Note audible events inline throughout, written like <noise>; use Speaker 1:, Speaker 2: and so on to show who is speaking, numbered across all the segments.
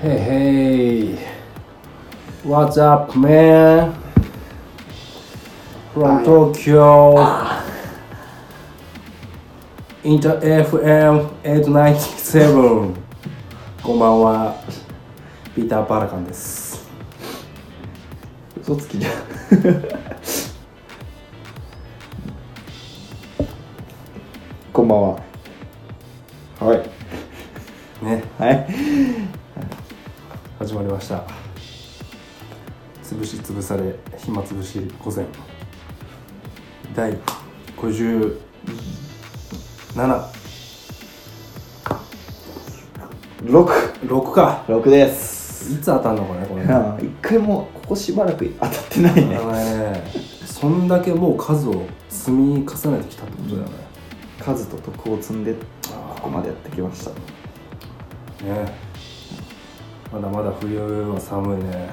Speaker 1: Hey, hey. What's up, man? From Tokyo. Inter FM897. こんばんは。ピーター・パラカンです。
Speaker 2: 嘘つき
Speaker 1: <laughs>
Speaker 2: じゃんこんばんははい
Speaker 1: ね、
Speaker 2: はい
Speaker 1: 始まりました。潰し潰され、暇つぶし午前。第57
Speaker 2: 66
Speaker 1: 6か。
Speaker 2: です <laughs>
Speaker 1: いつ当たんのかね、これ。
Speaker 2: ああ一回もここしばらく当たってないね <laughs>
Speaker 1: あのねそんだけもう数を積み重ねてきたってことだよね,、
Speaker 2: 数と徳を積んでここまでやってきました、
Speaker 1: ねまだまだ冬は寒いね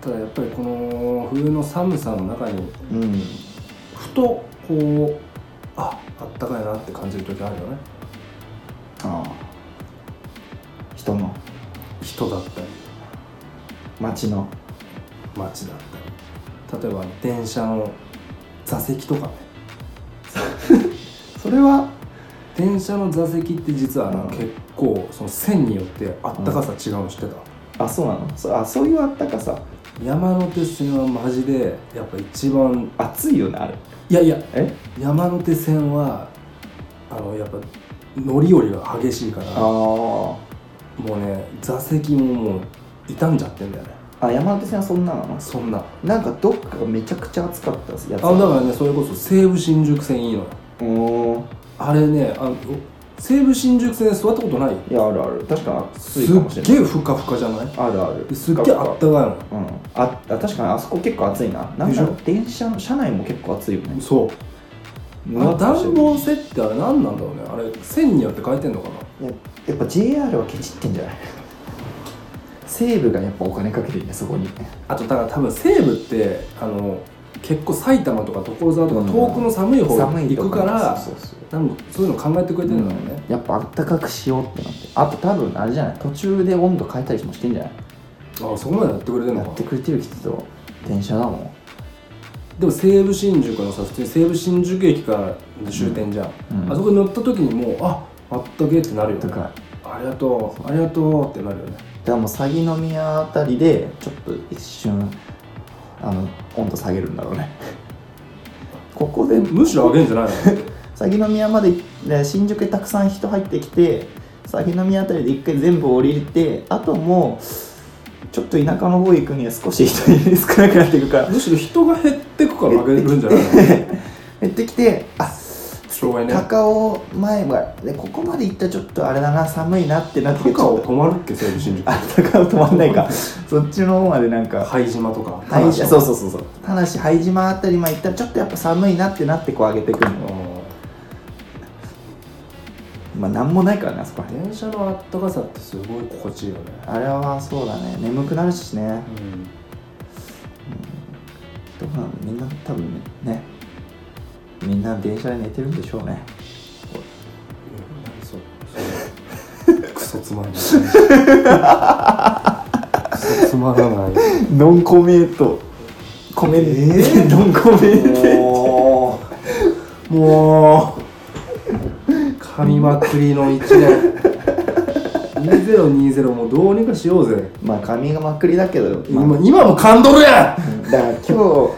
Speaker 1: ただやっぱりこの冬の寒さの中に
Speaker 2: うん、うん、
Speaker 1: ふとこうああったかいなって感じる時あるよね
Speaker 2: ああ人の
Speaker 1: 人だったり
Speaker 2: 街の
Speaker 1: 街だったり例えば電車の座席とかね
Speaker 2: それは
Speaker 1: 電車の座席って実はあの
Speaker 2: うん
Speaker 1: 結構その線によってあったかさ違うの知ってた、
Speaker 2: あそうなのそあそういうあったかさ
Speaker 1: 山手線はマジでやっぱ一番
Speaker 2: 暑いよねあれ
Speaker 1: いやいや
Speaker 2: え
Speaker 1: 山手線はあのやっぱ乗り降りが激しいから
Speaker 2: ああ
Speaker 1: もうね座席ももう傷んじゃってんだよね
Speaker 2: あ山手線はそんなの
Speaker 1: そんな
Speaker 2: なんかどっかがめちゃくちゃ暑かったやつ
Speaker 1: あだからねそれこそ西武新宿線いいのよ
Speaker 2: うーん
Speaker 1: あれねあの西武新宿線で座ったことない
Speaker 2: いやあるある確かに暑
Speaker 1: す
Speaker 2: い
Speaker 1: っ
Speaker 2: かもしれない
Speaker 1: げえふかふかじゃない
Speaker 2: あるある
Speaker 1: すっげえあったかいの
Speaker 2: うんああ確かにあそこ結構暑いななん
Speaker 1: でし
Speaker 2: だ
Speaker 1: ょ
Speaker 2: ろう電車の車内も結構暑いよね
Speaker 1: そうあ
Speaker 2: むわ
Speaker 1: の
Speaker 2: っとして
Speaker 1: 暖
Speaker 2: る
Speaker 1: 房設ってあれ何なんだろうねあれ線によって変えてんのかない
Speaker 2: ややっぱ JR はケチってんじゃない西武がやっぱお金かけてるねそこに
Speaker 1: あとだから多分西武ってあの結構埼玉とか所沢とか遠くの寒い方
Speaker 2: 寒い
Speaker 1: 行
Speaker 2: と
Speaker 1: くから、
Speaker 2: そうそうそう
Speaker 1: なんかそういうの考えてくれてるんだろうね、
Speaker 2: やっぱあったかくしようってなってあと多分あれじゃない途中で温度変えたりもしてんじゃない
Speaker 1: あそこまでやってくれてるの
Speaker 2: やっ
Speaker 1: か
Speaker 2: てくれてるきっと電車だもん
Speaker 1: でも西武新宿のさ普通に西武新宿駅から終点じゃん、
Speaker 2: うん
Speaker 1: あそこに乗った時にもうああったけえってなるよ
Speaker 2: と
Speaker 1: ね
Speaker 2: か
Speaker 1: ありがとうありがとうってなるよね
Speaker 2: だからもう鷺宮あたりでちょっと一瞬あの温度下げるんだろうねここで
Speaker 1: むしろ上げんじゃない
Speaker 2: <laughs>
Speaker 1: の
Speaker 2: 鷺宮まで、ね、新宿でたくさん人入ってきて鷺宮あたりで一回全部降りてあともうちょっと田舎の方行くには少し人に少なくなっていくから
Speaker 1: むしろ人が減ってくから上げるんじゃないの
Speaker 2: 減ってきてあ
Speaker 1: 障害ね
Speaker 2: 高尾前はでここまで行ったらちょっとあれだな寒いなってなってきて
Speaker 1: 高尾止まるっけ西武新宿
Speaker 2: あ高尾止まんないかそっちの方までなんか
Speaker 1: 拝島とか
Speaker 2: はい、そう
Speaker 1: う
Speaker 2: そうそうそうただし拝島あたりまで行ったらちょっとやっぱ寒いなってなってこう上げてくるのまあなんもないからねあそこら辺
Speaker 1: 電車のあったかさってすごい心地いいよね、
Speaker 2: あれはそうだね眠くなるしね
Speaker 1: うん
Speaker 2: どうなのみんな多分ねみんな電車で寝てるんでしょうね
Speaker 1: そそれクソつまらないクソつまらない
Speaker 2: ノンコメントコメント、ノンコメント
Speaker 1: <laughs> もうもう噛みまくりの1年2020もうどうにかしようぜ
Speaker 2: まあ髪がまくりだけど、まあ
Speaker 1: 今今も噛んどるやん
Speaker 2: だから今日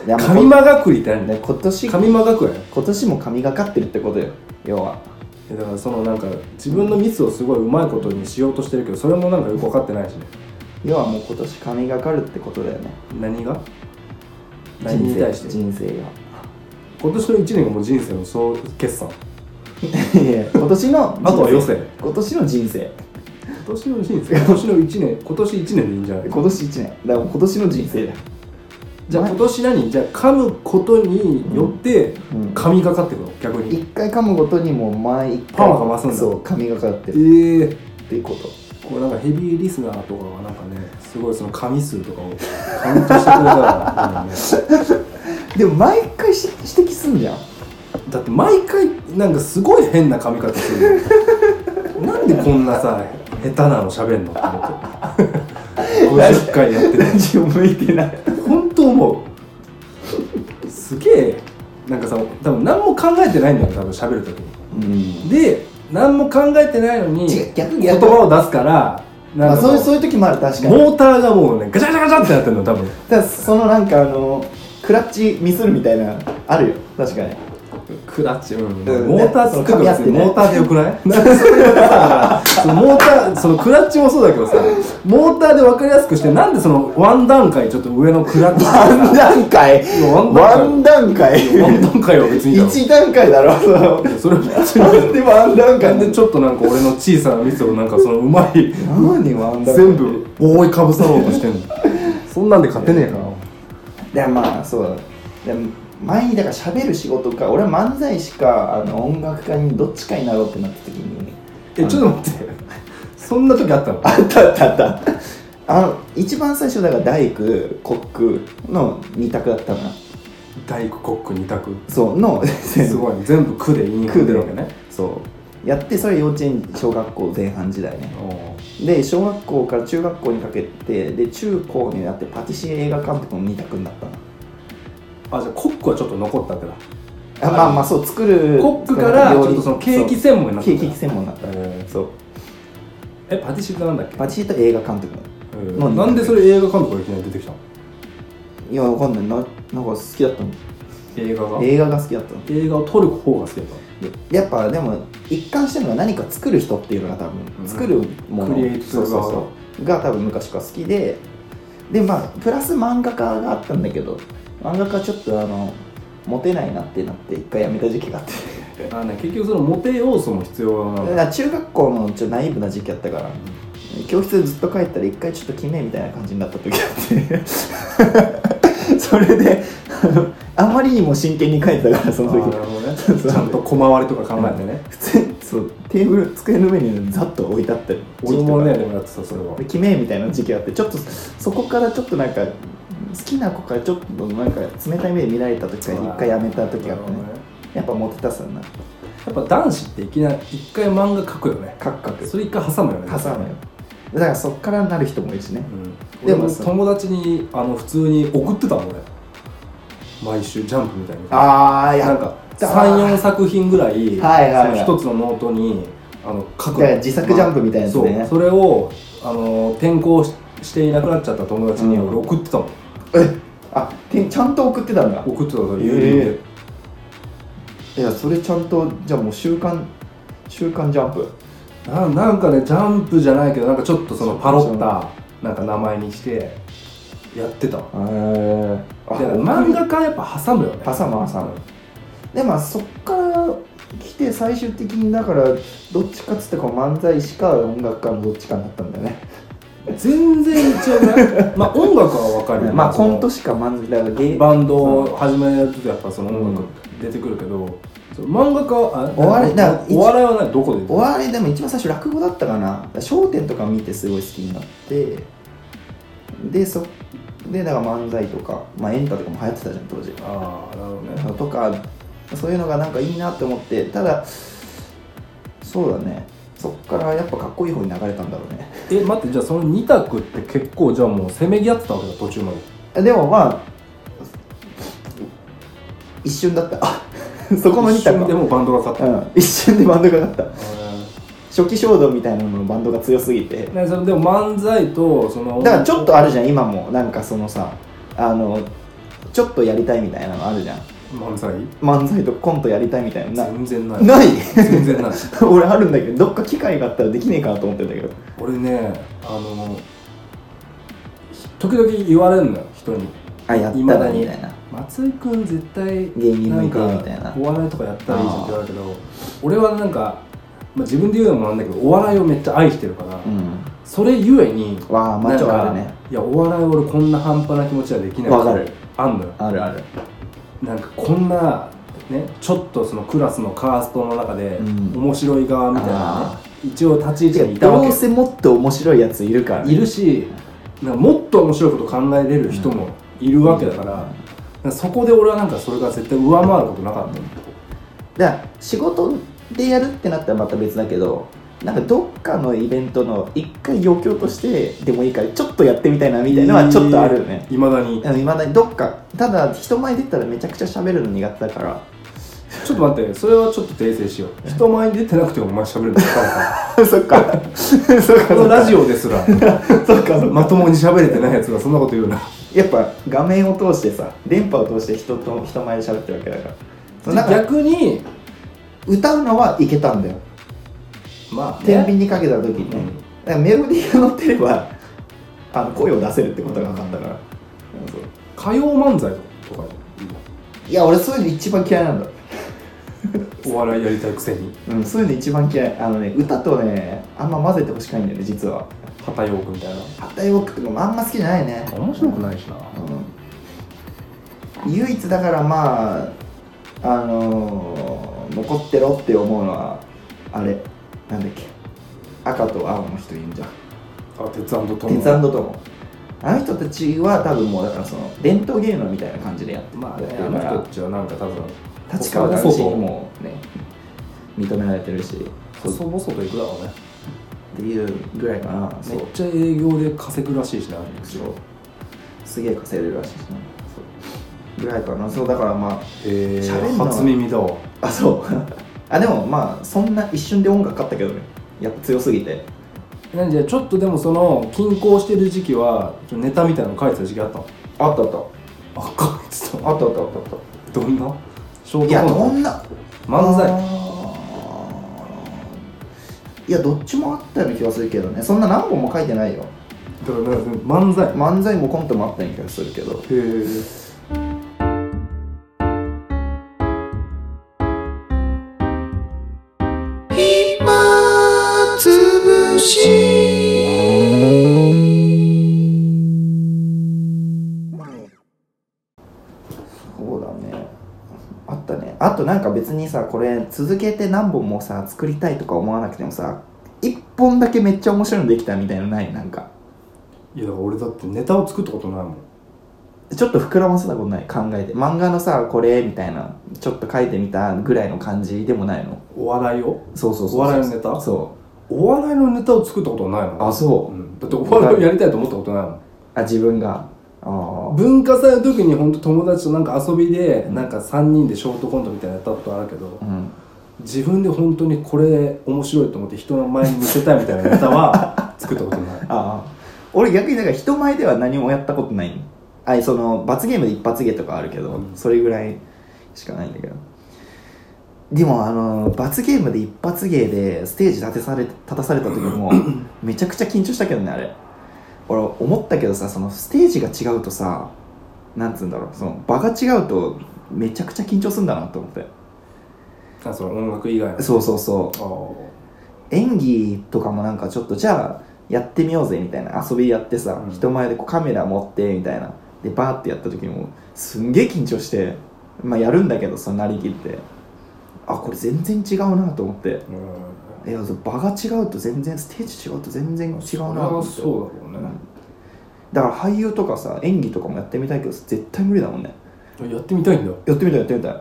Speaker 2: いや
Speaker 1: 噛みまがくりって何
Speaker 2: ね今年
Speaker 1: 噛みまがくやん
Speaker 2: 今年も髪がかってるってことよ要は
Speaker 1: えだからそのなんか自分のミスをすごいうまいことにしようとしてるけどそれもなんかよく分かってないしね
Speaker 2: 要はもう今年髪がかるってことだよね
Speaker 1: 何が何に対して
Speaker 2: 人生人生が
Speaker 1: 今年の1年がもう人生の総決算
Speaker 2: いや今年の
Speaker 1: あとは
Speaker 2: 人
Speaker 1: 余
Speaker 2: 生
Speaker 1: 生
Speaker 2: 今年の人生
Speaker 1: 今年の人
Speaker 2: <laughs>
Speaker 1: 生今年の1年今年1年でいいんじゃない
Speaker 2: 今年1年だから今年の人生だよ
Speaker 1: じゃあ今年何じゃあ噛むことによって
Speaker 2: うん
Speaker 1: 噛みかかってくの逆に
Speaker 2: 一回噛むごとにもう前一回
Speaker 1: パワーが増すんだ
Speaker 2: そう髪がかかって
Speaker 1: ええ
Speaker 2: る
Speaker 1: ー、
Speaker 2: っていうこと
Speaker 1: これなんかヘビーリスナーとかはなんかねすごいその噛み数とかをカウントしてくれたら、
Speaker 2: <laughs>
Speaker 1: ね、
Speaker 2: でも毎回指摘すんじゃん
Speaker 1: だって毎回なんかすごい変な噛み方するよなんでこんなさ下手なの喋んのって思って50回やってる
Speaker 2: ラジオ向いてない
Speaker 1: 本当思うすげえなんかさ多分何も考えてないんだよ多分喋る時
Speaker 2: う
Speaker 1: に
Speaker 2: ん
Speaker 1: で何も考えてないのに
Speaker 2: 違う逆
Speaker 1: 言
Speaker 2: 逆
Speaker 1: 葉を出すから
Speaker 2: ま
Speaker 1: な
Speaker 2: あ、
Speaker 1: んか
Speaker 2: そう
Speaker 1: も
Speaker 2: いうそう
Speaker 1: う
Speaker 2: いう時もある確かに
Speaker 1: モーターがもうねガチャガチャガチャってなってるの多分
Speaker 2: だからそのなんかあのクラッチミスるみたいなあるよ確かに
Speaker 1: クラッチ、うん
Speaker 2: うん
Speaker 1: モーターつく
Speaker 2: 噛
Speaker 1: の
Speaker 2: み合ってね
Speaker 1: モーターでよくないなんかそういうことさそのモーターそのクラッチもそうだけどさモーターで分かりやすくしてなんでそのワン段階ちょっと上のクラッ
Speaker 2: <laughs>
Speaker 1: チ
Speaker 2: 何段階ワ
Speaker 1: ワ
Speaker 2: ン
Speaker 1: ン
Speaker 2: 段階
Speaker 1: ワン段階は別にいいだろ
Speaker 2: 1段階だろその
Speaker 1: それは別に
Speaker 2: なんでワン段
Speaker 1: な
Speaker 2: 階
Speaker 1: んでちょっとなんか俺の小さなミスをなんかそのうまい
Speaker 2: 何ワン段階
Speaker 1: 全部覆いかぶさろうとしてんのそんなんで勝てねえから
Speaker 2: でまあそうだで前にだから喋る仕事か俺は漫才師かあの音楽家にどっちかになろうってなった時に
Speaker 1: えちょっと待ってそんな時あったの
Speaker 2: あったあったあったあの一番最初だから大工コックの2択だったな
Speaker 1: 大工コック二択
Speaker 2: そうの
Speaker 1: すごいね全部区で言い
Speaker 2: 食
Speaker 1: 組
Speaker 2: うんだ
Speaker 1: でる
Speaker 2: よ
Speaker 1: わけね
Speaker 2: そうやってそれ幼稚園小学校前半時代ね
Speaker 1: お
Speaker 2: で小学校から中学校にかけてで中高になってパティシエ映画監督の2択になったの
Speaker 1: ーあじゃあコックはちょっと残ったわけだ
Speaker 2: あまあまあそう作る
Speaker 1: コックからち
Speaker 2: 料理
Speaker 1: ょっとそのケーキ専門に
Speaker 2: そ
Speaker 1: な
Speaker 2: う
Speaker 1: った
Speaker 2: ケ
Speaker 1: ん
Speaker 2: ー
Speaker 1: だ
Speaker 2: キ専門になった
Speaker 1: えー
Speaker 2: そう
Speaker 1: えパティシエってなんだっけ
Speaker 2: パティシエと映画監督の
Speaker 1: えー
Speaker 2: なんで
Speaker 1: なんでそれ映画監督がいきなり出てきたの
Speaker 2: いやわかんないななんか好きだったの
Speaker 1: 映画が
Speaker 2: 映画が好きだったの
Speaker 1: 映画を撮る方が好きだっ
Speaker 2: でやっぱでも一貫してるのは何か作る人っていうのが多分、
Speaker 1: うん
Speaker 2: 作るもの
Speaker 1: クリエイティブ
Speaker 2: そうそうそうが多分昔から好きででまあプラス漫画家があったんだけど漫画家ちょっとあのモテないなってなって一回やめた時期があって
Speaker 1: たあ、ね、結局そのモテ要素も必要な
Speaker 2: だ
Speaker 1: ん
Speaker 2: か
Speaker 1: だ
Speaker 2: ら中学校のちょっとナイーブな時期あったから教室ずっと帰ったら一回ちょっと決めみたいな感じになった時があって <laughs> それであのあまりにも真剣に書いてたからそ
Speaker 1: あ
Speaker 2: の
Speaker 1: ー
Speaker 2: 時
Speaker 1: なるほど <laughs> ね
Speaker 2: そうそう
Speaker 1: ちゃんと小回りとか考えてね
Speaker 2: 普通にそうテーブル机の上にざっと置いてあったり
Speaker 1: 俺もねでもやってたそれは
Speaker 2: で決めみたいな時期があってちょっとそこからちょっとなんか好きな子からちょっとなんか冷たい目で見られた時から一回やめた時があってね
Speaker 1: なるほど
Speaker 2: やっぱモテたさな
Speaker 1: やっぱ男子っていきなり一回漫画描くよね
Speaker 2: カクカク
Speaker 1: それ一回挟むよね
Speaker 2: 挟むよだからそっからなる人もいるしね
Speaker 1: うん、
Speaker 2: で
Speaker 1: で
Speaker 2: も
Speaker 1: も
Speaker 2: その
Speaker 1: 友達にあの普通に送ってたもん俺毎週ジャンプみたいな
Speaker 2: ああ
Speaker 1: な
Speaker 2: や
Speaker 1: ん
Speaker 2: っ
Speaker 1: か
Speaker 2: た
Speaker 1: 34作品ぐらい
Speaker 2: はいはいはい
Speaker 1: その一つのノートにあの書く
Speaker 2: だから自作ジャンプみたいなやつね
Speaker 1: そうそれをあの転校ししていなくなっちゃった友達に
Speaker 2: うん
Speaker 1: 俺送ってたもん、
Speaker 2: えあてちゃんと送ってたんだ
Speaker 1: 送ってたから
Speaker 2: えー
Speaker 1: 郵便で
Speaker 2: いやそれちゃんとじゃあもう週刊週刊ジャンプ
Speaker 1: ななんかねジャンプじゃないけどなんかちょっとそのパロったなんか名前にしてやってた
Speaker 2: へえ
Speaker 1: だから漫画家やっぱ挟むよね
Speaker 2: 挟む挟むでまあそっから来て最終的にだからどっちかっつってこう漫才師か音楽家のどっちかになったんだよね
Speaker 1: 全然違うねまあ音楽は分かるよ
Speaker 2: まあコント
Speaker 1: そ
Speaker 2: しか漫才だから芸
Speaker 1: のバンドを始めるとやっぱその音楽出てくるけど、そう漫画家はあ
Speaker 2: お笑いだから
Speaker 1: お笑いはねどこで
Speaker 2: お笑いでも一番最初落語だったかな『笑点』とか見てすごい好きになってでそでだから漫才とか、まあ、エンタとかも流行ってたじゃん当時
Speaker 1: ああなるほどね
Speaker 2: とかそういうのがなんかいいなって思ってただそうだねそっからやっぱかっこいい方に流れたんだろうね <laughs>
Speaker 1: え待ってじゃあその2択って結構じゃあもうせめぎ合ってたわけだ途中まで
Speaker 2: でもまあ一瞬だったあ <laughs> そこの2
Speaker 1: 一瞬
Speaker 2: 択
Speaker 1: で
Speaker 2: は
Speaker 1: もうバンドが勝った、
Speaker 2: うん、一瞬でバンドが勝った
Speaker 1: え
Speaker 2: 初期衝動みたいなののバンドが強すぎて
Speaker 1: ーねそれでも漫才とその
Speaker 2: だからちょっとあるじゃん今もなんかそのさあのちょっとやりたいみたいなのあるじゃん
Speaker 1: 漫才
Speaker 2: 漫才とコントやりたいみたいな
Speaker 1: 全然ない
Speaker 2: ない <laughs>
Speaker 1: 全然ない
Speaker 2: 俺あるんだけどどっか機会があったらできねえかなと思ってんだけど
Speaker 1: 俺ねあの時々言われるのよ人に
Speaker 2: あやったらみたいな
Speaker 1: 松井君絶対
Speaker 2: 芸人向いて
Speaker 1: なん
Speaker 2: みたいな
Speaker 1: かお笑いとかやったらいいじゃんって言われるけど俺はなんか、まあ、自分で言うのもなんだけどお笑いをめっちゃ愛してるから、
Speaker 2: うん
Speaker 1: それゆえに
Speaker 2: わあマ
Speaker 1: な
Speaker 2: ッ
Speaker 1: ん
Speaker 2: チョあ
Speaker 1: か、
Speaker 2: るね
Speaker 1: いやお笑い俺こんな半端な気持ちはできない
Speaker 2: わかる
Speaker 1: あんのよ
Speaker 2: あるある
Speaker 1: なんかこんなねちょっとそのクラスのカーストの中で、
Speaker 2: うん
Speaker 1: 面白い側みたいな
Speaker 2: あ
Speaker 1: ね一応立ち位置にいたわ
Speaker 2: ど
Speaker 1: け
Speaker 2: う
Speaker 1: よ
Speaker 2: せもっと面白いやついるからね
Speaker 1: いるしなんかもっと面白いこと考えれる人もいるわけだから,、そこで俺はなんかそれが絶対上回ることなかったの
Speaker 2: だから仕事でやるってなったらまた別だけどなんかどっかのイベントの一回余興としてでもいいからちょっとやってみたいなみたいなのはちょっとあるよね
Speaker 1: いまだに
Speaker 2: いまだにどっかただ人前出たらめちゃくちゃ喋るの苦手だから <laughs>
Speaker 1: ちょっと待ってそれはちょっと訂正しよう人前に出てなくてもお前喋るの分かるか
Speaker 2: そっか <laughs> そっかそっ
Speaker 1: この
Speaker 2: か
Speaker 1: ラジオですら
Speaker 2: そっかそっ
Speaker 1: ま
Speaker 2: か
Speaker 1: ともに喋れてないやつがそんなこと言うな
Speaker 2: やっぱ画面を通してさ電波を通して人と人前で喋ってるわけだからそうなんか
Speaker 1: 逆に
Speaker 2: 歌うのはいけたんだよ
Speaker 1: まあ、
Speaker 2: 天
Speaker 1: ね、
Speaker 2: 秤にかけた時にね、
Speaker 1: うん
Speaker 2: だからメロディーが乗ってればあの声を出せるってことが分かったから、そう
Speaker 1: 歌謡漫才とかいいの
Speaker 2: いや俺そういうの一番嫌いなんだ、
Speaker 1: お笑いやりたいくせに
Speaker 2: うん、そういうの一番嫌いあのね歌とねあんま混ぜてほしくないんだよね実は
Speaker 1: 旗よくみたいな
Speaker 2: 旗よくてもあんま好きじゃないね
Speaker 1: 面白くないしな
Speaker 2: うん唯一だからまああのー残ってろって思うのはあれなんだっけ赤と青の人いるじゃん
Speaker 1: あ鉄腕と
Speaker 2: 鉄腕ともあの人たちは多分もうだからその伝統芸能みたいな感じでやって,、
Speaker 1: まあ
Speaker 2: やって
Speaker 1: ねあ
Speaker 2: るか
Speaker 1: の人
Speaker 2: ら
Speaker 1: たちはなんか多分
Speaker 2: 立川談
Speaker 1: 細
Speaker 2: 志に
Speaker 1: 々
Speaker 2: もね認められてるしそう
Speaker 1: 細々と行くだろうね
Speaker 2: っていうぐらいかなそ
Speaker 1: め
Speaker 2: う
Speaker 1: っちゃ営業で稼ぐらしいしな
Speaker 2: そうすげえ稼いでるらしいしなそうぐらいかなそうだからまあ
Speaker 1: へえ
Speaker 2: 喋んな
Speaker 1: 初耳だわ
Speaker 2: あそうあでもまあそんな一瞬で音楽買ったけどねやっぱ強すぎて
Speaker 1: なんじゃちょっとでもその均衡してる時期はちょっとネタみたいなの書いてた時期あったの
Speaker 2: あったあった
Speaker 1: あ書いてた
Speaker 2: あったあったあったあっ
Speaker 1: どんなショ
Speaker 2: た
Speaker 1: ー
Speaker 2: い
Speaker 1: ト
Speaker 2: や
Speaker 1: コ
Speaker 2: ど
Speaker 1: ント
Speaker 2: んな
Speaker 1: 漫才
Speaker 2: 才いやどっちもあったような気がするけどねそんな何本も書いてないよ
Speaker 1: だからなんか漫才
Speaker 2: 漫才もコントもあったような気がするけど
Speaker 1: へえ
Speaker 2: 暇つぶしそうだねあったねあとなんか別にさこれ続けて何本もさ作りたいとか思わなくてもさ一本だけめっちゃ面白いのできたみたいなのないなんか
Speaker 1: いやだから俺だってネタを作ったことないもん
Speaker 2: ちょっと膨らませたことない考えて漫画のさこれみたいなちょっと書いてみたぐらいの感じでもないの
Speaker 1: お笑いを
Speaker 2: そうそうそうそう
Speaker 1: お笑いのネタ
Speaker 2: そ
Speaker 1: お笑いのネタを作ったことない
Speaker 2: う
Speaker 1: の
Speaker 2: あそう、
Speaker 1: うん、だってお笑いをやりたいと思ったことないもん
Speaker 2: あ自分がああ
Speaker 1: 文化祭の時に本当友達となんか遊びでなんか3人でショートコントみたいなのやったことあるけど
Speaker 2: うん、
Speaker 1: 自分で本当にこれ面白いと思って人の前に見せたいみたいなネタは作ったこと <laughs> ない
Speaker 2: ああ俺逆にだから人前では何もやったことないのあその罰ゲームで一発芸とかあるけど、
Speaker 1: うん
Speaker 2: それぐらいしかないんだけどでもあの罰ゲームで一発芸でステージ立てされ立たされた時も
Speaker 1: <coughs>
Speaker 2: めちゃくちゃ緊張したけどねあれ俺思ったけどさそのステージが違うとさなんつうんだろうその場が違うとめちゃくちゃ緊張するんだなと思って
Speaker 1: あその音楽以外の
Speaker 2: そうそうそう
Speaker 1: あ
Speaker 2: 演技とかもなんかちょっとじゃあやってみようぜみたいな遊びやってさ、
Speaker 1: うん
Speaker 2: 人前でこうカメラ持ってみたいなでバーってやった時にもうすんげえ緊張してまあやるんだけどそのなりきってあこれ全然違うなと思って
Speaker 1: あうん
Speaker 2: いやそう場が違うと全然ステージ違うと全然違うな
Speaker 1: それ
Speaker 2: と思
Speaker 1: は
Speaker 2: って
Speaker 1: そうだろうね、
Speaker 2: だから俳優とかさ演技とかもやってみたいけど絶対無理だもんね
Speaker 1: やってみたいんだ
Speaker 2: やってみたいやってみたい <laughs> や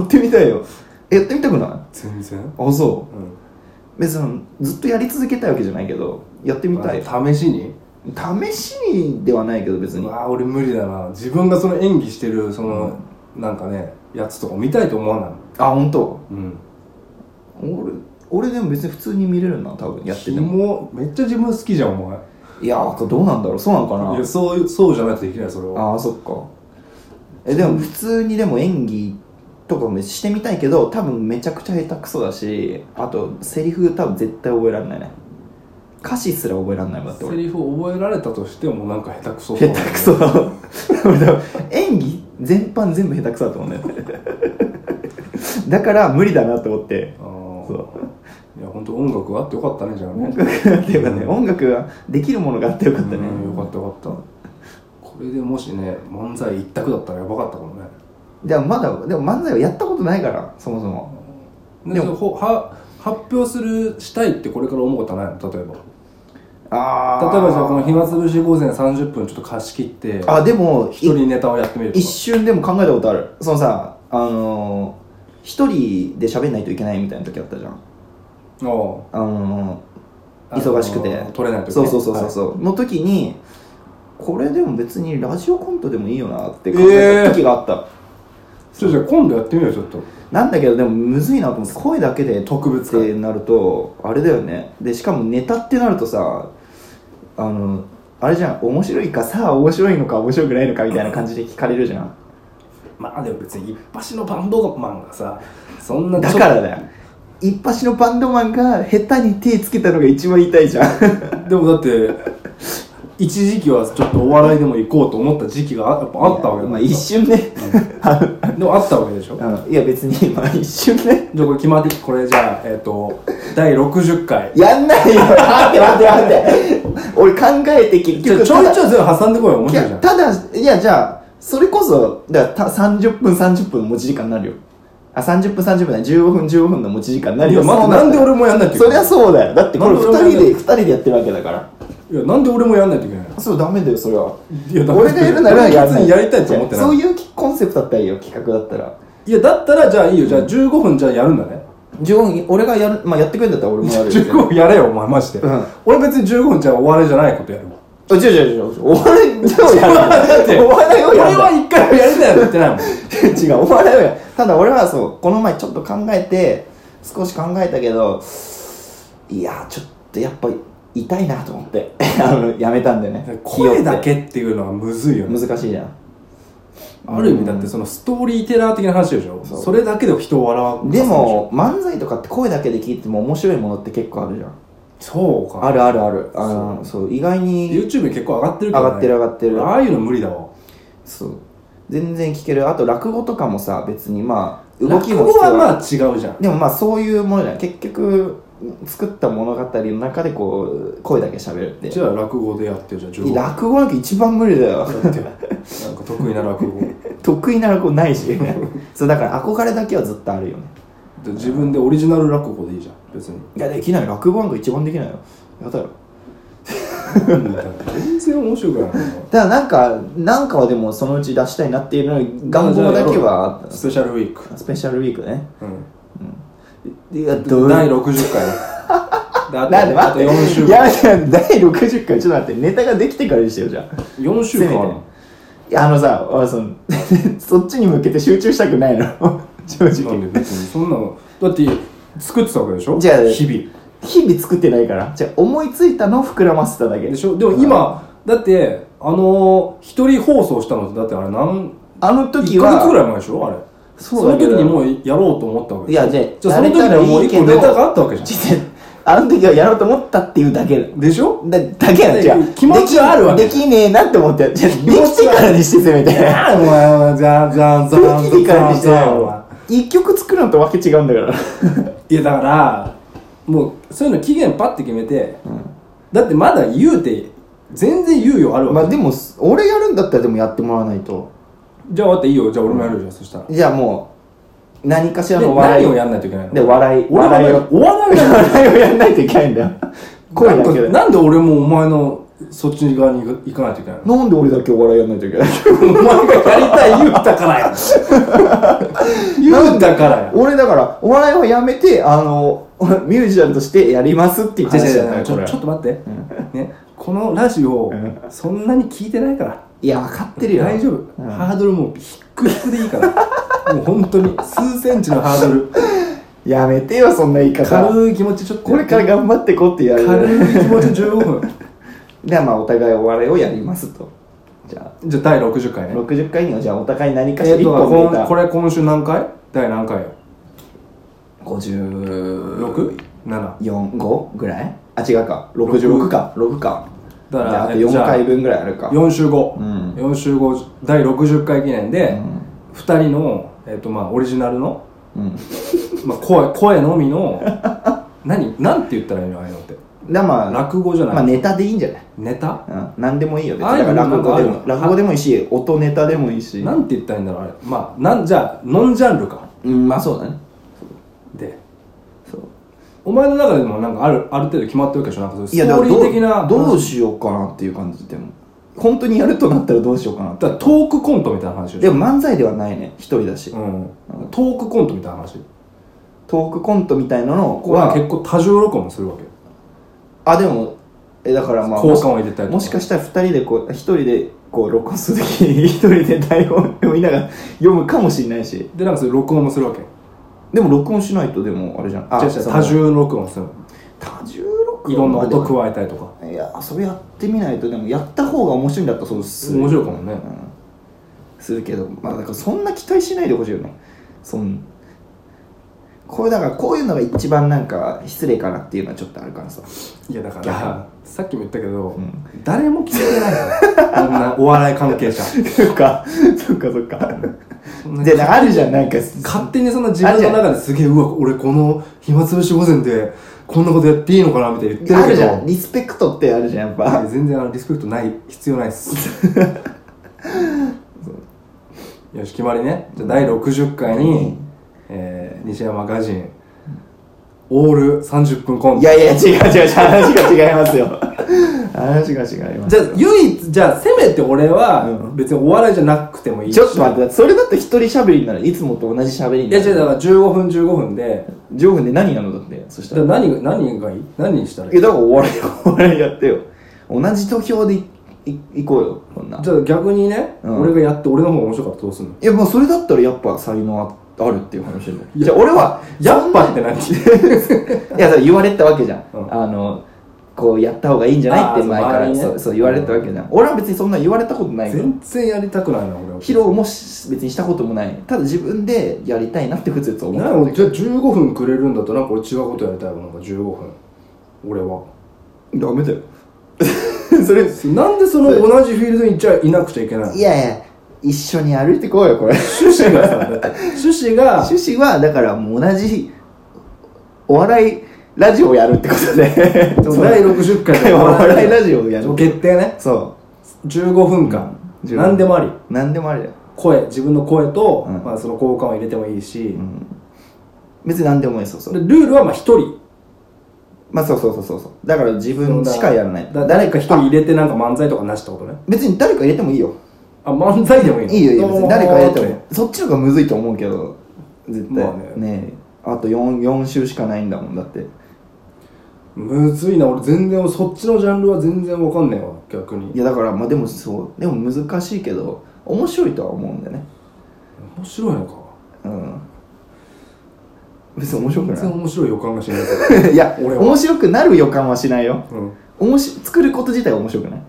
Speaker 2: ってみたいよえやってみたくないあ
Speaker 1: 全然
Speaker 2: そう
Speaker 1: うん
Speaker 2: 別にずっとやり続けたいわけじゃないけどやってみたい
Speaker 1: あ試しに
Speaker 2: 試しにではないけど別に
Speaker 1: うわあ俺無理だな自分がその演技してるその、なんかねやつとか見たいと思わないの
Speaker 2: あ本当。
Speaker 1: うん
Speaker 2: 俺俺でも別に普通に見れるな多分やってても
Speaker 1: もめっちゃ自分好きじゃんお前
Speaker 2: いやーどうなんだろうそうなのか
Speaker 1: いや
Speaker 2: な
Speaker 1: そういうそうじゃないとできないそれは
Speaker 2: あーそっかえでも普通にでも演技とかもしてみたいけど多分めちゃくちゃ下手くそだしあとセリフ多分絶対覚えられないね歌詞すら覚えられないもんだって
Speaker 1: セ
Speaker 2: 俺
Speaker 1: リフ覚えられたとしてもなんか下手くそそう
Speaker 2: 下
Speaker 1: だね
Speaker 2: 手くそだもん俺多分演技全般全部下手くそだと思うんだよねだから無理だなと思って
Speaker 1: あ
Speaker 2: そ
Speaker 1: ーいや本当音楽があってよかったねじゃあね
Speaker 2: 音楽があってよかったね、
Speaker 1: うん
Speaker 2: 音楽ができるものがあってよかったね、
Speaker 1: うんよかったよかったこれでもしね漫才一択だったらやばかったかもね
Speaker 2: でもまだでも漫才はやったことないからそもそも
Speaker 1: で
Speaker 2: で
Speaker 1: も
Speaker 2: も
Speaker 1: ほは発表するしたいってこれから思うことはないの例えば
Speaker 2: あー
Speaker 1: 例えばじゃあこの暇つぶし午前30分ちょっと貸し切って
Speaker 2: あでも
Speaker 1: 一
Speaker 2: い
Speaker 1: 人ネタをやってみると
Speaker 2: 一
Speaker 1: か
Speaker 2: 瞬でも考えたことあるそのさあのー一人で喋んないといけないみたいな時あったじゃん
Speaker 1: おう
Speaker 2: あの
Speaker 1: あの
Speaker 2: 忙しくて
Speaker 1: 取れない時ね
Speaker 2: そうそうそうそうそう、の時にこれでも別にラジオコントでもいいよなって考えた時があった、
Speaker 1: ちょじゃあ今度やってみようよちょっと
Speaker 2: なんだけどでもむずいなと思って声だけで
Speaker 1: 特別
Speaker 2: って
Speaker 1: 感
Speaker 2: なるとあれだよねでしかもネタってなるとさあのあれじゃん面白いかさあ面白いのか面白くないのかみたいな感じで聞かれるじゃん
Speaker 1: まあでも別に一発のバンドマンがさそんな
Speaker 2: だからだよ一発のバンドマンが下手に手つけたのが一番痛いじ
Speaker 1: <laughs>
Speaker 2: ゃん
Speaker 1: でもだって一時期はちょっとお笑いでも行こうと思った時期があやっぱあったわけだ
Speaker 2: まあ一瞬ね、 <laughs>
Speaker 1: でもあったわけでし
Speaker 2: う
Speaker 1: ょ
Speaker 2: ん、いや別にまあ一瞬ね
Speaker 1: じゃあこれ決まってこれじゃあえっ、と第60回
Speaker 2: やんないよ <laughs> 待って待って待って俺考えて結
Speaker 1: じゃ
Speaker 2: 局
Speaker 1: あちょいち
Speaker 2: ょ
Speaker 1: ょい全部挟んでこいよ面白いじゃん
Speaker 2: ただいやじゃあそれこそだからた30分30分の持ち時間になるよあ30分30分だ15分15分の持ち時間になる
Speaker 1: い
Speaker 2: よ
Speaker 1: や待っ
Speaker 2: そ
Speaker 1: て
Speaker 2: うったら
Speaker 1: なんで俺もやんないといけ
Speaker 2: そ
Speaker 1: な
Speaker 2: り
Speaker 1: い
Speaker 2: ゃそうだよだってこれ
Speaker 1: なん
Speaker 2: 2
Speaker 1: で俺も
Speaker 2: 人
Speaker 1: やんない
Speaker 2: で二人でやってるわけだから
Speaker 1: いやなんで俺もやんないといけないの
Speaker 2: そうダメだよそれはい
Speaker 1: やだって
Speaker 2: 俺がやるならやんな
Speaker 1: 俺別にやりたいと思ってない
Speaker 2: そういうコンセプトだったらいいよ企画だったら
Speaker 1: いやだったらじゃあいいよじゃあ15分じゃあやるんだね
Speaker 2: 15分俺がやるまあやってくれんだったら俺もやるよ
Speaker 1: 15分やれよお前マジで、
Speaker 2: うん
Speaker 1: 俺別に15分じゃあお笑いじゃないことやるもん
Speaker 2: あ違う違う違うお笑いをやる
Speaker 1: <laughs> だって
Speaker 2: お笑いを
Speaker 1: 俺
Speaker 2: やる
Speaker 1: は一回もやりたいなんて言ってないもん
Speaker 2: <laughs> 違うお笑いをやただ俺はそうこの前ちょっと考えて少し考えたけどいやーちょっとやっぱ痛いなと思って <laughs> あのやめたんだよね
Speaker 1: 声だ
Speaker 2: 気
Speaker 1: けっていうのはむずいよ
Speaker 2: 負
Speaker 1: ね
Speaker 2: って難しいじゃん
Speaker 1: ある意味だってそのストーリーテラー的な話でしょ
Speaker 2: そ
Speaker 1: そうれだけで人を笑わ
Speaker 2: でも漫才とかって声だけで聞いても面白いものって結構あるじゃん
Speaker 1: そうか
Speaker 2: あるあるあるあのそう意外に
Speaker 1: YouTube に結構上がって
Speaker 2: 上
Speaker 1: るけど、ね、
Speaker 2: がってる上がってる
Speaker 1: ああいうの無理だわ
Speaker 2: そう全然聞けるあと落語とかもさ別にまあ動
Speaker 1: 動
Speaker 2: き
Speaker 1: き
Speaker 2: も
Speaker 1: も
Speaker 2: 必要
Speaker 1: はまあ違うじゃん
Speaker 2: でもまあそういうものじゃん結局作った物語の中でこう声だけ喋るって
Speaker 1: じゃあ落語でやってよじゃあ15分だ
Speaker 2: 落語なんか一番無理だよ
Speaker 1: ってなんか得意な落語
Speaker 2: 得意な落語ないし <laughs> そうだから憧れだけはずっとあるよね
Speaker 1: で自分でオリジナル落語でいいじゃん別に
Speaker 2: いやできない落語なんか一番できないよやだよ
Speaker 1: 全然面白くない
Speaker 2: ただなんかなんかはでもそのうち出したいなっていうのに願望だけはあった
Speaker 1: スペシャルウィーク
Speaker 2: スペシャルウィークね
Speaker 1: うん
Speaker 2: いや
Speaker 1: 第60回
Speaker 2: <laughs>
Speaker 1: であ
Speaker 2: な
Speaker 1: と
Speaker 2: んで
Speaker 1: あと
Speaker 2: 待っ
Speaker 1: 4
Speaker 2: て
Speaker 1: 週
Speaker 2: い
Speaker 1: 間
Speaker 2: やいや第60回ちょっと待ってネタができてからにしてよじゃあ
Speaker 1: 4週間あるの
Speaker 2: いやあのさ俺その <laughs> そっちに向けて集中したくないの <laughs> 正
Speaker 1: なん
Speaker 2: 直
Speaker 1: で別にそんなのだって作ってたわけでしょ
Speaker 2: じゃあ
Speaker 1: 日
Speaker 2: 日々作ってないからじゃあ思いついたのを膨らませただけ
Speaker 1: 々でしょでも今だってあのー一人放送したのってだってあれ何
Speaker 2: あの時
Speaker 1: 1
Speaker 2: は
Speaker 1: ヶ月ぐらい前でしょあれ
Speaker 2: そうだ
Speaker 1: の
Speaker 2: け
Speaker 1: 時
Speaker 2: ど
Speaker 1: にもうやろうと思ったわけ
Speaker 2: いやじゃあ
Speaker 1: じゃあその時にはもう一個ネタがあったわけじゃ
Speaker 2: ちょっとあの時はやろうと思ったっていうだけだ
Speaker 1: んでしょ
Speaker 2: だだけ
Speaker 1: で
Speaker 2: だじゃあ
Speaker 1: 気持ちはあるわけ
Speaker 2: できできねえなって思ってじゃあで
Speaker 1: 持ちは
Speaker 2: きてからにしてせめて
Speaker 1: いやお前はじゃんじゃんじゃん
Speaker 2: できてからにして
Speaker 1: じゃんお前
Speaker 2: 一曲作るのとわけ違うんだから
Speaker 1: いやだからもうそういうの期限パッて決めて、だってまだ言うて全然猶予あるわ
Speaker 2: <laughs>
Speaker 1: け、
Speaker 2: まあでも俺やるんだったらでもやってもらわないと
Speaker 1: じゃあ待っていいよじゃあ俺もやるよじゃんそしたら
Speaker 2: じゃあもう何かしら
Speaker 1: で
Speaker 2: の笑い
Speaker 1: 何をやんないといけないの
Speaker 2: で笑い
Speaker 1: 俺
Speaker 2: 笑いを
Speaker 1: はお笑いをやんな
Speaker 2: <laughs>
Speaker 1: い
Speaker 2: 笑いをやんないといけないんだよ声だけ
Speaker 1: な
Speaker 2: で
Speaker 1: んかなんで俺もお前のそっち側に行かないといけないの
Speaker 2: なんで俺だけお笑いやんないといけない
Speaker 1: <laughs> お前がやりたい言うたからや言うたからや
Speaker 2: 俺だからお笑いをやめてあの <laughs> ミュージシャンとしてやりますって言って
Speaker 1: 違う違う
Speaker 2: た
Speaker 1: 違うちょちょっと待って、ね、このラジオ
Speaker 2: ん
Speaker 1: そんなに聞いてないから
Speaker 2: いや分かってるよ
Speaker 1: 大丈夫、
Speaker 2: うん
Speaker 1: ハードルもうヒックヒックでいいからもう本当に数センチのハードル
Speaker 2: やめてよそんな言い方
Speaker 1: 軽い気持ちちょっと
Speaker 2: これから
Speaker 1: やって
Speaker 2: 頑張ってこうってやる
Speaker 1: 軽い気持ち15分
Speaker 2: でまあお互いお笑いをやりますと <laughs> じゃ
Speaker 1: じゃあ第60
Speaker 2: あ
Speaker 1: 回ね
Speaker 2: 60回にはじゃあお互い何かし
Speaker 1: え
Speaker 2: ら
Speaker 1: っ
Speaker 2: 一
Speaker 1: と
Speaker 2: 本
Speaker 1: こ
Speaker 2: 出
Speaker 1: ん
Speaker 2: た
Speaker 1: これ今週何回第何回よ
Speaker 2: 56
Speaker 1: 67
Speaker 2: 45ぐらいあ違うか66か6か
Speaker 1: だから
Speaker 2: じゃああと
Speaker 1: え
Speaker 2: 4
Speaker 1: じゃあ
Speaker 2: 回分ぐらいあるか
Speaker 1: 4週後、
Speaker 2: うん
Speaker 1: 4週後第60回記念で、
Speaker 2: ん
Speaker 1: 2人の、えっとまあ、オリジナルの、
Speaker 2: うん
Speaker 1: まあ、声声のみの <laughs> 何なんて言ったらいいのああいうのって
Speaker 2: だまあ
Speaker 1: 落語じゃない、
Speaker 2: まあネタでいいんじゃない
Speaker 1: ネタ
Speaker 2: うん何でもいいよ別
Speaker 1: ああ
Speaker 2: に
Speaker 1: い
Speaker 2: だ
Speaker 1: う
Speaker 2: か
Speaker 1: の
Speaker 2: ら落語で
Speaker 1: なんか
Speaker 2: も
Speaker 1: ある
Speaker 2: 落語でもいいし音ネタでもいいし
Speaker 1: なんて言ったらいいんだろうあれまあなんじゃあノンジャンルか
Speaker 2: うんまあそうだね
Speaker 1: で
Speaker 2: そう
Speaker 1: お前の中でもなんかあるある程度決まってるわけでしょなんかそういう
Speaker 2: いや
Speaker 1: ス
Speaker 2: だ
Speaker 1: ト
Speaker 2: から
Speaker 1: ーリ
Speaker 2: ど
Speaker 1: ー
Speaker 2: う
Speaker 1: 的な
Speaker 2: どう
Speaker 1: し
Speaker 2: しようかなっていう感じでも本当にやるとなったらどうしようかなって
Speaker 1: だからトークコントみたいな話でし
Speaker 2: で
Speaker 1: ょ
Speaker 2: も漫才ではないね一人だし
Speaker 1: うん、トークコントみたいな話
Speaker 2: トークコントみたいなの
Speaker 1: ここは
Speaker 2: は
Speaker 1: 結構多重録音もするわけよ
Speaker 2: あでもえだからまあ
Speaker 1: 交換を入れたりと
Speaker 2: もしかしたら2人でこう1人でこう録音するときに1人で台本を読みながら読むかもしれないし
Speaker 1: でなんかそれ録音もするわけ
Speaker 2: でも録音しないとでもあれじゃんあ
Speaker 1: 違う違う
Speaker 2: その
Speaker 1: 多重録音するの
Speaker 2: 多重録音
Speaker 1: いろんな音
Speaker 2: は
Speaker 1: 加えたりとか
Speaker 2: いやそれやってみないとでもやった方が面白いんだったらそうする
Speaker 1: 面白いかも
Speaker 2: う
Speaker 1: ね
Speaker 2: んするけどまあだからそんな期待しないでほしいよねそんこれだからこういうのが一番なんか失礼かなっていうのはちょっとあるからさ
Speaker 1: いやだか
Speaker 2: い
Speaker 1: ら
Speaker 2: や
Speaker 1: さっきも言ったけど、
Speaker 2: ん
Speaker 1: 誰も聞いてない
Speaker 2: <laughs>
Speaker 1: からこんなお笑い関係者
Speaker 2: そっかそっかそっか
Speaker 1: そんな
Speaker 2: であるじゃんなんか
Speaker 1: <laughs> 勝手にその自分の中ですげえうわ俺この暇つぶし午前でこんなことやっていいのかなみたいな言ってるけど
Speaker 2: あるじゃんリスペクトってあるじゃんやっ
Speaker 1: いや
Speaker 2: ぱ
Speaker 1: 全然あのリスペクトない必要ない
Speaker 2: <laughs>
Speaker 1: っすよし決まりねじゃあ第60回に、
Speaker 2: うん
Speaker 1: えー西山雅人オール30分コン
Speaker 2: い
Speaker 1: ト
Speaker 2: やいや違う違う違う話が違いますよ話が違います
Speaker 1: じゃあ唯一じゃあせめて俺は
Speaker 2: うん
Speaker 1: 別にお笑いじゃなくてもいいし
Speaker 2: ちょっと待ってそれだって一人喋りになるいつもと同じ喋りに
Speaker 1: いや
Speaker 2: なる
Speaker 1: 違うだから15分15分で
Speaker 2: 上分で何なのだってそし
Speaker 1: だ
Speaker 2: た
Speaker 1: から
Speaker 2: ら
Speaker 1: 何が何がいい何にしたらい
Speaker 2: え
Speaker 1: い
Speaker 2: だからお笑い <laughs> お笑いやってよ同じ土俵でいいいこうよこんな
Speaker 1: じゃあ逆にね、
Speaker 2: うん
Speaker 1: 俺がやって俺の方が面白かったらどうすんの
Speaker 2: いやまあそれだったらやっぱ才能ああるっていう話だよ
Speaker 1: いや
Speaker 2: じゃあ俺は
Speaker 1: やっぱって何
Speaker 2: いやだから言われたわけじゃん、
Speaker 1: うん
Speaker 2: あのこうやった方がいいんじゃないって前か
Speaker 1: あー
Speaker 2: ら
Speaker 1: そう周りにね
Speaker 2: そうそう言われたわけじゃん俺は別にそんな言われたことないから
Speaker 1: 全然やりたくないな俺は
Speaker 2: 披露もし別にしたこともないただ自分でやりたいなってふつふつ思
Speaker 1: な
Speaker 2: う
Speaker 1: じゃあ15分くれるんだとなんか俺違うことやりたいわなんか15分俺は
Speaker 2: ダメだよ <laughs> それ
Speaker 1: なんでその同じフィールドにじゃあいなくちゃいけないの
Speaker 2: いやいや一緒に歩いてこうよこれ
Speaker 1: 趣旨がさだって趣旨が
Speaker 2: <laughs> 趣旨はだからもう同じお笑いラジオをやるってことで
Speaker 1: でも第60回
Speaker 2: <laughs>
Speaker 1: で
Speaker 2: お笑いラジオをやる
Speaker 1: 決定ね
Speaker 2: そ
Speaker 1: 15分間
Speaker 2: 15分
Speaker 1: 何でもあり
Speaker 2: う何でもあれだよ、
Speaker 1: 声自分の声と、
Speaker 2: うん
Speaker 1: まあ、その交換を入れてもいいし、
Speaker 2: うん、別に何でもいいそうそ
Speaker 1: で
Speaker 2: う
Speaker 1: ルールはまあ1人
Speaker 2: まあそうそうそうそうそうだから自分しかやらない
Speaker 1: だ
Speaker 2: 誰
Speaker 1: 誰
Speaker 2: か
Speaker 1: か
Speaker 2: 一
Speaker 1: 1人
Speaker 2: 人
Speaker 1: 入れてなんか漫才とかなしってことね
Speaker 2: 別に誰か入れてもいいよ
Speaker 1: あ漫才でもいいの
Speaker 2: いいよいいよ別に誰か入れて
Speaker 1: どうもーっ
Speaker 2: もそっちの方がむずいと思うけど絶対、
Speaker 1: まあね
Speaker 2: ねえあと 4, 4週しかないんだもんだって
Speaker 1: むずいな俺全然そっちのジャンルは全然わかんねえわ逆に
Speaker 2: いやだからまあでもそうでも難しいけど面白いとは思うんだよね
Speaker 1: 面白いのか
Speaker 2: うん別に面白く
Speaker 1: 全然
Speaker 2: な
Speaker 1: 面白い予感がし <laughs> ない
Speaker 2: <laughs> いいや
Speaker 1: 俺は
Speaker 2: 面白くなる予感はしないよ
Speaker 1: うん
Speaker 2: おもし作ること自体は面白
Speaker 1: <laughs>
Speaker 2: くない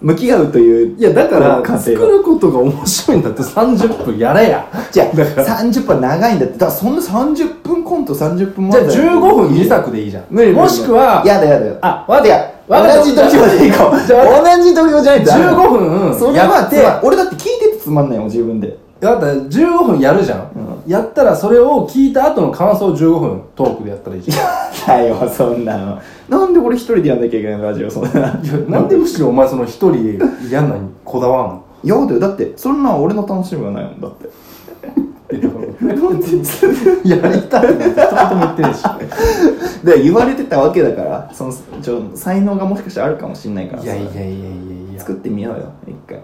Speaker 2: 向き合うという
Speaker 1: いやだから
Speaker 2: 過
Speaker 1: 作
Speaker 2: 程は
Speaker 1: ることが面白いんだって30分やれや
Speaker 2: じゃあ30分長いんだってだからそんな30分コント30分
Speaker 1: じゃあ
Speaker 2: 漫才
Speaker 1: 15分2作でいいじゃん
Speaker 2: 無理無理無理
Speaker 1: もしくは
Speaker 2: やだやだやだ
Speaker 1: あわかった
Speaker 2: いや
Speaker 1: わかった
Speaker 2: 同じ土俵で行こう
Speaker 1: <laughs> じゃあ
Speaker 2: 同じ土俵じゃないとダメ
Speaker 1: 15分
Speaker 2: それ
Speaker 1: や
Speaker 2: は
Speaker 1: って
Speaker 2: つま俺だって聞いててつまんないもん自分で
Speaker 1: だって15分やるじゃん、やったらそれを聞いた後の感想を15分トークでやったらいいじゃ
Speaker 2: だよそんなのなんで俺一人でやんなきゃいけないのラジオそんなん
Speaker 1: なんでむしろお前その一人嫌なにこだわんの
Speaker 2: いやだよだってそんなん俺の楽しみはないもんだって <laughs>
Speaker 1: なんで <laughs> やりたいなんて一言も言ってないし
Speaker 2: で言われてたわけだからそのちょ才能がもしかしたらあるかもしれないから
Speaker 1: いやいやいやいやいや
Speaker 2: 作ってみようよ一回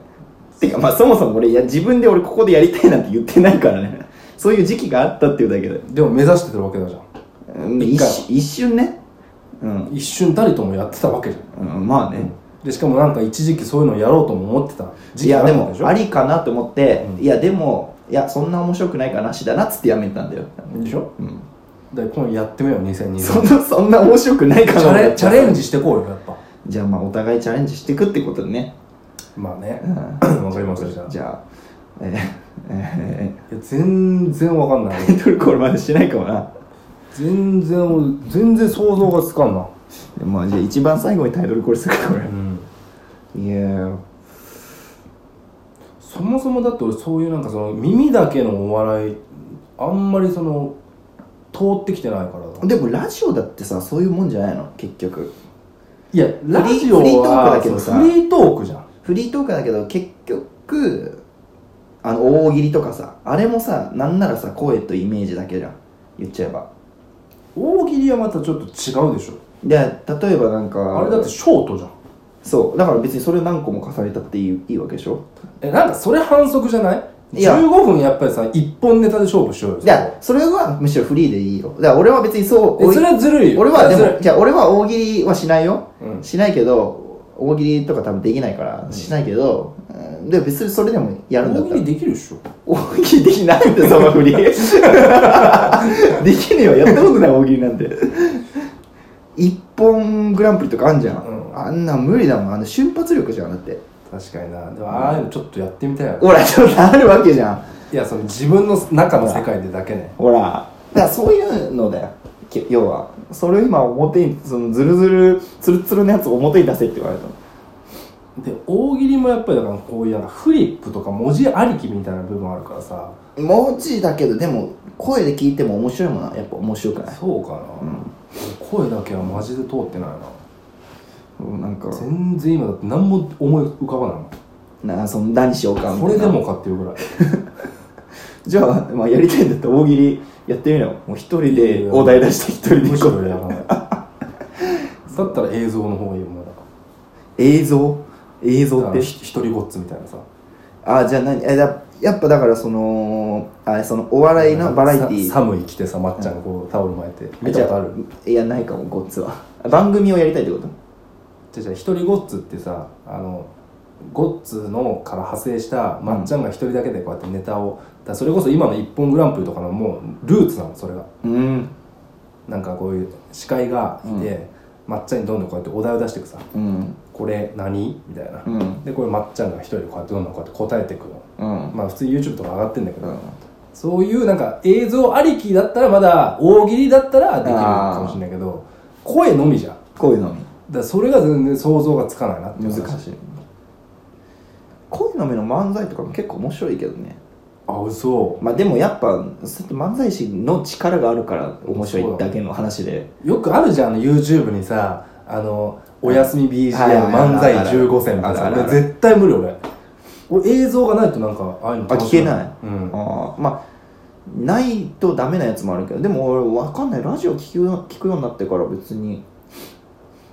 Speaker 2: てかまあそもそも俺いや自分で俺ここでやりたいなんて言ってないからねそういう時期があったっていうだけで
Speaker 1: でも目指してたわけだじゃん
Speaker 2: うん
Speaker 1: 一
Speaker 2: 一
Speaker 1: 回
Speaker 2: 瞬一瞬ねうん、
Speaker 1: 一瞬たりともやってたわけじゃん
Speaker 2: うん、まあね、
Speaker 1: でしかもなんか一時期そういうのやろうとも思ってた時
Speaker 2: い
Speaker 1: 期
Speaker 2: や
Speaker 1: があ
Speaker 2: で
Speaker 1: った
Speaker 2: も
Speaker 1: でしょ
Speaker 2: ありかなと思って、
Speaker 1: うん
Speaker 2: いやでもいやそんな面白くないからなしだなっつってやめたんだよ、
Speaker 1: でしょ
Speaker 2: うん、
Speaker 1: で今度やってみよう2020
Speaker 2: そんなそんな面白くないか
Speaker 1: チ
Speaker 2: な
Speaker 1: ャレチャレンジしてこうよやっぱ
Speaker 2: じゃあまあお互いチャレンジしていくってことでね、
Speaker 1: まあね
Speaker 2: うん、
Speaker 1: わかりましたじゃあ
Speaker 2: じゃあえー、え
Speaker 1: いや全然わかんない
Speaker 2: ー、タイトルコールまでしないかもな
Speaker 1: 全然全然想像がつかんな
Speaker 2: でまあじゃあ一番最後にタイトルコールするかこれ
Speaker 1: うん
Speaker 2: いやー
Speaker 1: そもそもだって俺そういうなんかその耳だけのお笑いあんまりその通ってきてないからだ
Speaker 2: でもラジオだってさそういうもんじゃないの結局
Speaker 1: いやラジオ
Speaker 2: フリートーク
Speaker 1: は
Speaker 2: だけどさ
Speaker 1: そうフリートークじゃん
Speaker 2: フリートークだけど結局あの大喜利とかさあれもさなんならさ声とイメージだけじゃん言っちゃえば
Speaker 1: 大喜利はまたちょっと違うでしょ
Speaker 2: で例えばなんか
Speaker 1: あれだってショートじゃん
Speaker 2: そうだから別にそれを何個も重ねたっていいいいわけでしょ
Speaker 1: えなんかそれ反則じゃない
Speaker 2: いや
Speaker 1: 15分やっぱりさ一本ネタで勝負しようよ
Speaker 2: いやそれはむしろフリーでいいよだから俺は別にそう
Speaker 1: えそれはずるいよ
Speaker 2: 俺はで
Speaker 1: ず
Speaker 2: も
Speaker 1: る
Speaker 2: じゃあ俺は大喜利はしないよ、
Speaker 1: うん
Speaker 2: しないけど大喜利とか多分できないからしないけど、うんでも別にそれでもやるんだ
Speaker 1: 大
Speaker 2: っ
Speaker 1: 喜
Speaker 2: たら
Speaker 1: 利できるでしょ
Speaker 2: 大喜利できないんだよその振
Speaker 1: <laughs>
Speaker 2: りできねえわやったことない大喜利なんて一本グランプリとかあんじゃん、
Speaker 1: うん
Speaker 2: あんなん無理だもんあの瞬発力じゃんだって
Speaker 1: 確かになでもああいうのちょっとやってみたいな
Speaker 2: ほらちょっとあるわけじゃん
Speaker 1: いやその自分の中の世界でだけね
Speaker 2: ほらだからそういうのだよき要はそれを今表にそのズルズルツルツルのやつを表に出せって言われたの
Speaker 1: で大喜利もやっぱりだからこういうなんかフリップとか文字ありきみたいな部分あるからさ
Speaker 2: 文字だけどでも声で聞いても面白いものはやっぱ面白くない
Speaker 1: そうかな、声だけはマジで通ってないな
Speaker 2: うんなんか
Speaker 1: 全然今だって何も思い浮かばない
Speaker 2: なその何しようか
Speaker 1: もん
Speaker 2: み
Speaker 1: こ
Speaker 2: たい
Speaker 1: れ
Speaker 2: な
Speaker 1: でもかっていうぐらい
Speaker 2: じゃあ,、まあやりたいんだったら大喜利やってみろよもう一人
Speaker 1: い
Speaker 2: で
Speaker 1: や
Speaker 2: お題出して一人で
Speaker 1: むし
Speaker 2: こう
Speaker 1: ろやらないだったら映像の方がいいよもうだか
Speaker 2: 映像映像
Speaker 1: ら
Speaker 2: って
Speaker 1: ひ一人ごっつみたいなさ
Speaker 2: あじゃあ何えだやっぱだからそのあそのお笑いのバラエティ
Speaker 1: さ
Speaker 2: ー
Speaker 1: 寒い着てさまっちゃんがこうタオル巻いて見た
Speaker 2: じゃ
Speaker 1: ことある
Speaker 2: いやないかもごっつはあ番組をやりたいってこと
Speaker 1: じゃじゃ一人ごっつってさあのごっつのから派生したまっちゃんが一人だけでこうやってネタを、だからそれこそ今の「一本グランプリ」とかのもうルーツなのそれが
Speaker 2: うん
Speaker 1: なんかこういう司会がいて、まっちゃんにどんどんこうやってお題を出していくさ
Speaker 2: うん
Speaker 1: 「これ何?」みたいな、
Speaker 2: うん
Speaker 1: でこれまっちゃんが一人でこうやってどんどんこうやって答えていくの
Speaker 2: うん
Speaker 1: まあ普通 YouTube とか上がってんだけど、そういうなんか映像ありきだったらまだ大喜利だったらできるかもしれないけど声のみじゃんだか
Speaker 2: こういうのに
Speaker 1: らそれが全然想像がつかないなっていう話
Speaker 2: 難しい恋の目の漫才とかも結構面白いけどね
Speaker 1: あ嘘
Speaker 2: まあでもやっぱそうやって漫才師の力があるから面白いだけの話で
Speaker 1: よくあるじゃんあの YouTube にさあのおやすみ BGM
Speaker 2: はいはいはい
Speaker 1: 漫才15選みたい
Speaker 2: あ
Speaker 1: な
Speaker 2: るあるある
Speaker 1: 俺絶対無理俺俺映像がないとなんかああいうの
Speaker 2: あ聞けない
Speaker 1: うん
Speaker 2: あーまあないとダメなやつもあるけどでも俺わかんないラジオ聞くよ聞くようになってから別に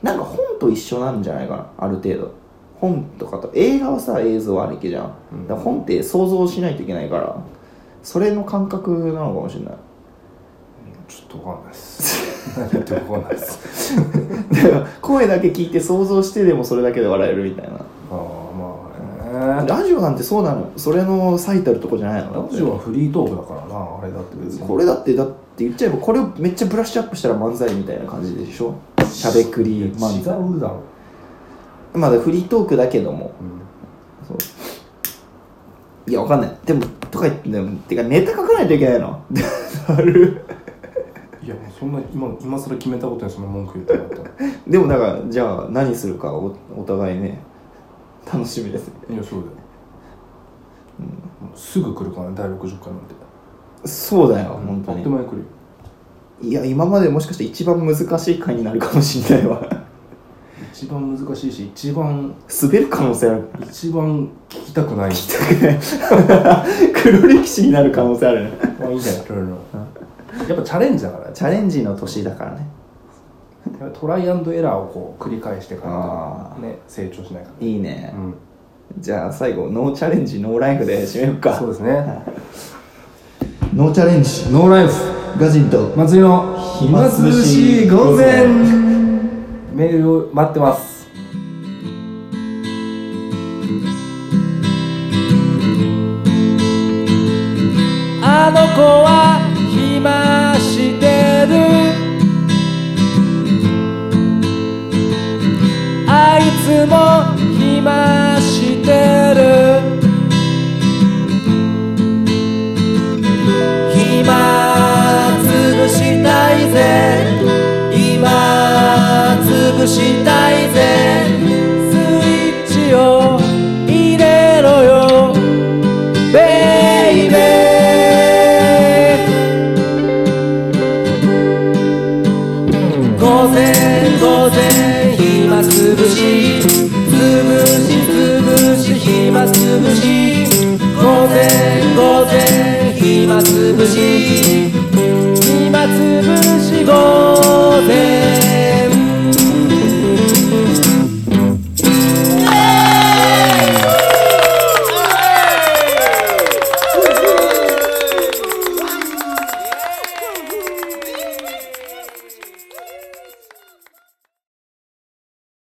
Speaker 2: なんか本と一緒なんじゃないかなある程度本とかと映画はさ映像ありきじゃん、
Speaker 1: うん
Speaker 2: だから本って想像しないといけないからそれの感覚なのかもしれない
Speaker 1: ちょっとわかんないです何言ってもわか
Speaker 2: <laughs>
Speaker 1: んないです
Speaker 2: だから声だけ聞いて想像してでもそれだけで笑えるみたいな
Speaker 1: ああまあね
Speaker 2: ラジオなんてそうなのそれの最たるとこじゃないの
Speaker 1: ラジオはフリートークだからなあれだって別に
Speaker 2: これだってだって言っちゃえばこれをめっちゃブラッシュアップしたら漫才みたいな感じでしょしゃべく
Speaker 1: いや
Speaker 2: り
Speaker 1: 違
Speaker 2: 漫才
Speaker 1: うだろ
Speaker 2: まだフリートークだけども
Speaker 1: うん
Speaker 2: そういやわかんないでもとか言ってでもてかネタ書かないといけないの <laughs> なる
Speaker 1: いやもうそんな今今更決めたことにそんな文句言ってなかっ
Speaker 2: <laughs>
Speaker 1: たら
Speaker 2: でもだからじゃあ何するかおお互いね楽しみですね
Speaker 1: いやそうだよ、もうすぐ来るからね第60回なんて
Speaker 2: そうだよ本当
Speaker 1: あっと
Speaker 2: に
Speaker 1: いう間に来るよ
Speaker 2: いや今までもしかして一番難しい回になるかもしれないわ
Speaker 1: 一番難しいし一番
Speaker 2: 滑る可能性ある <laughs>
Speaker 1: 一番聞きたくない
Speaker 2: 黒歴史になる可能性あるね
Speaker 1: まあいいんじゃないそういうのやっぱチャレンジだから
Speaker 2: チャレンジの年だからね
Speaker 1: やっぱトライアンドエラーをこう繰り返していか
Speaker 2: あ
Speaker 1: らね成長しないか
Speaker 2: いいね
Speaker 1: ら、うん、
Speaker 2: じゃあ最後ノーチャレンジノーライフで締めようか
Speaker 1: そうですね
Speaker 2: ノーチャレンジ
Speaker 1: ノーライフ
Speaker 2: ガジンと
Speaker 1: 祭りの暇つぶし午前メールを待ってます
Speaker 3: あの子は暇してるあいつも暇してる暇つぶしたいぜ今つぶしたいぜスイッチを入れろよベイベー午前午前暇つぶしつぶしつぶし暇つぶし午前午前暇つぶし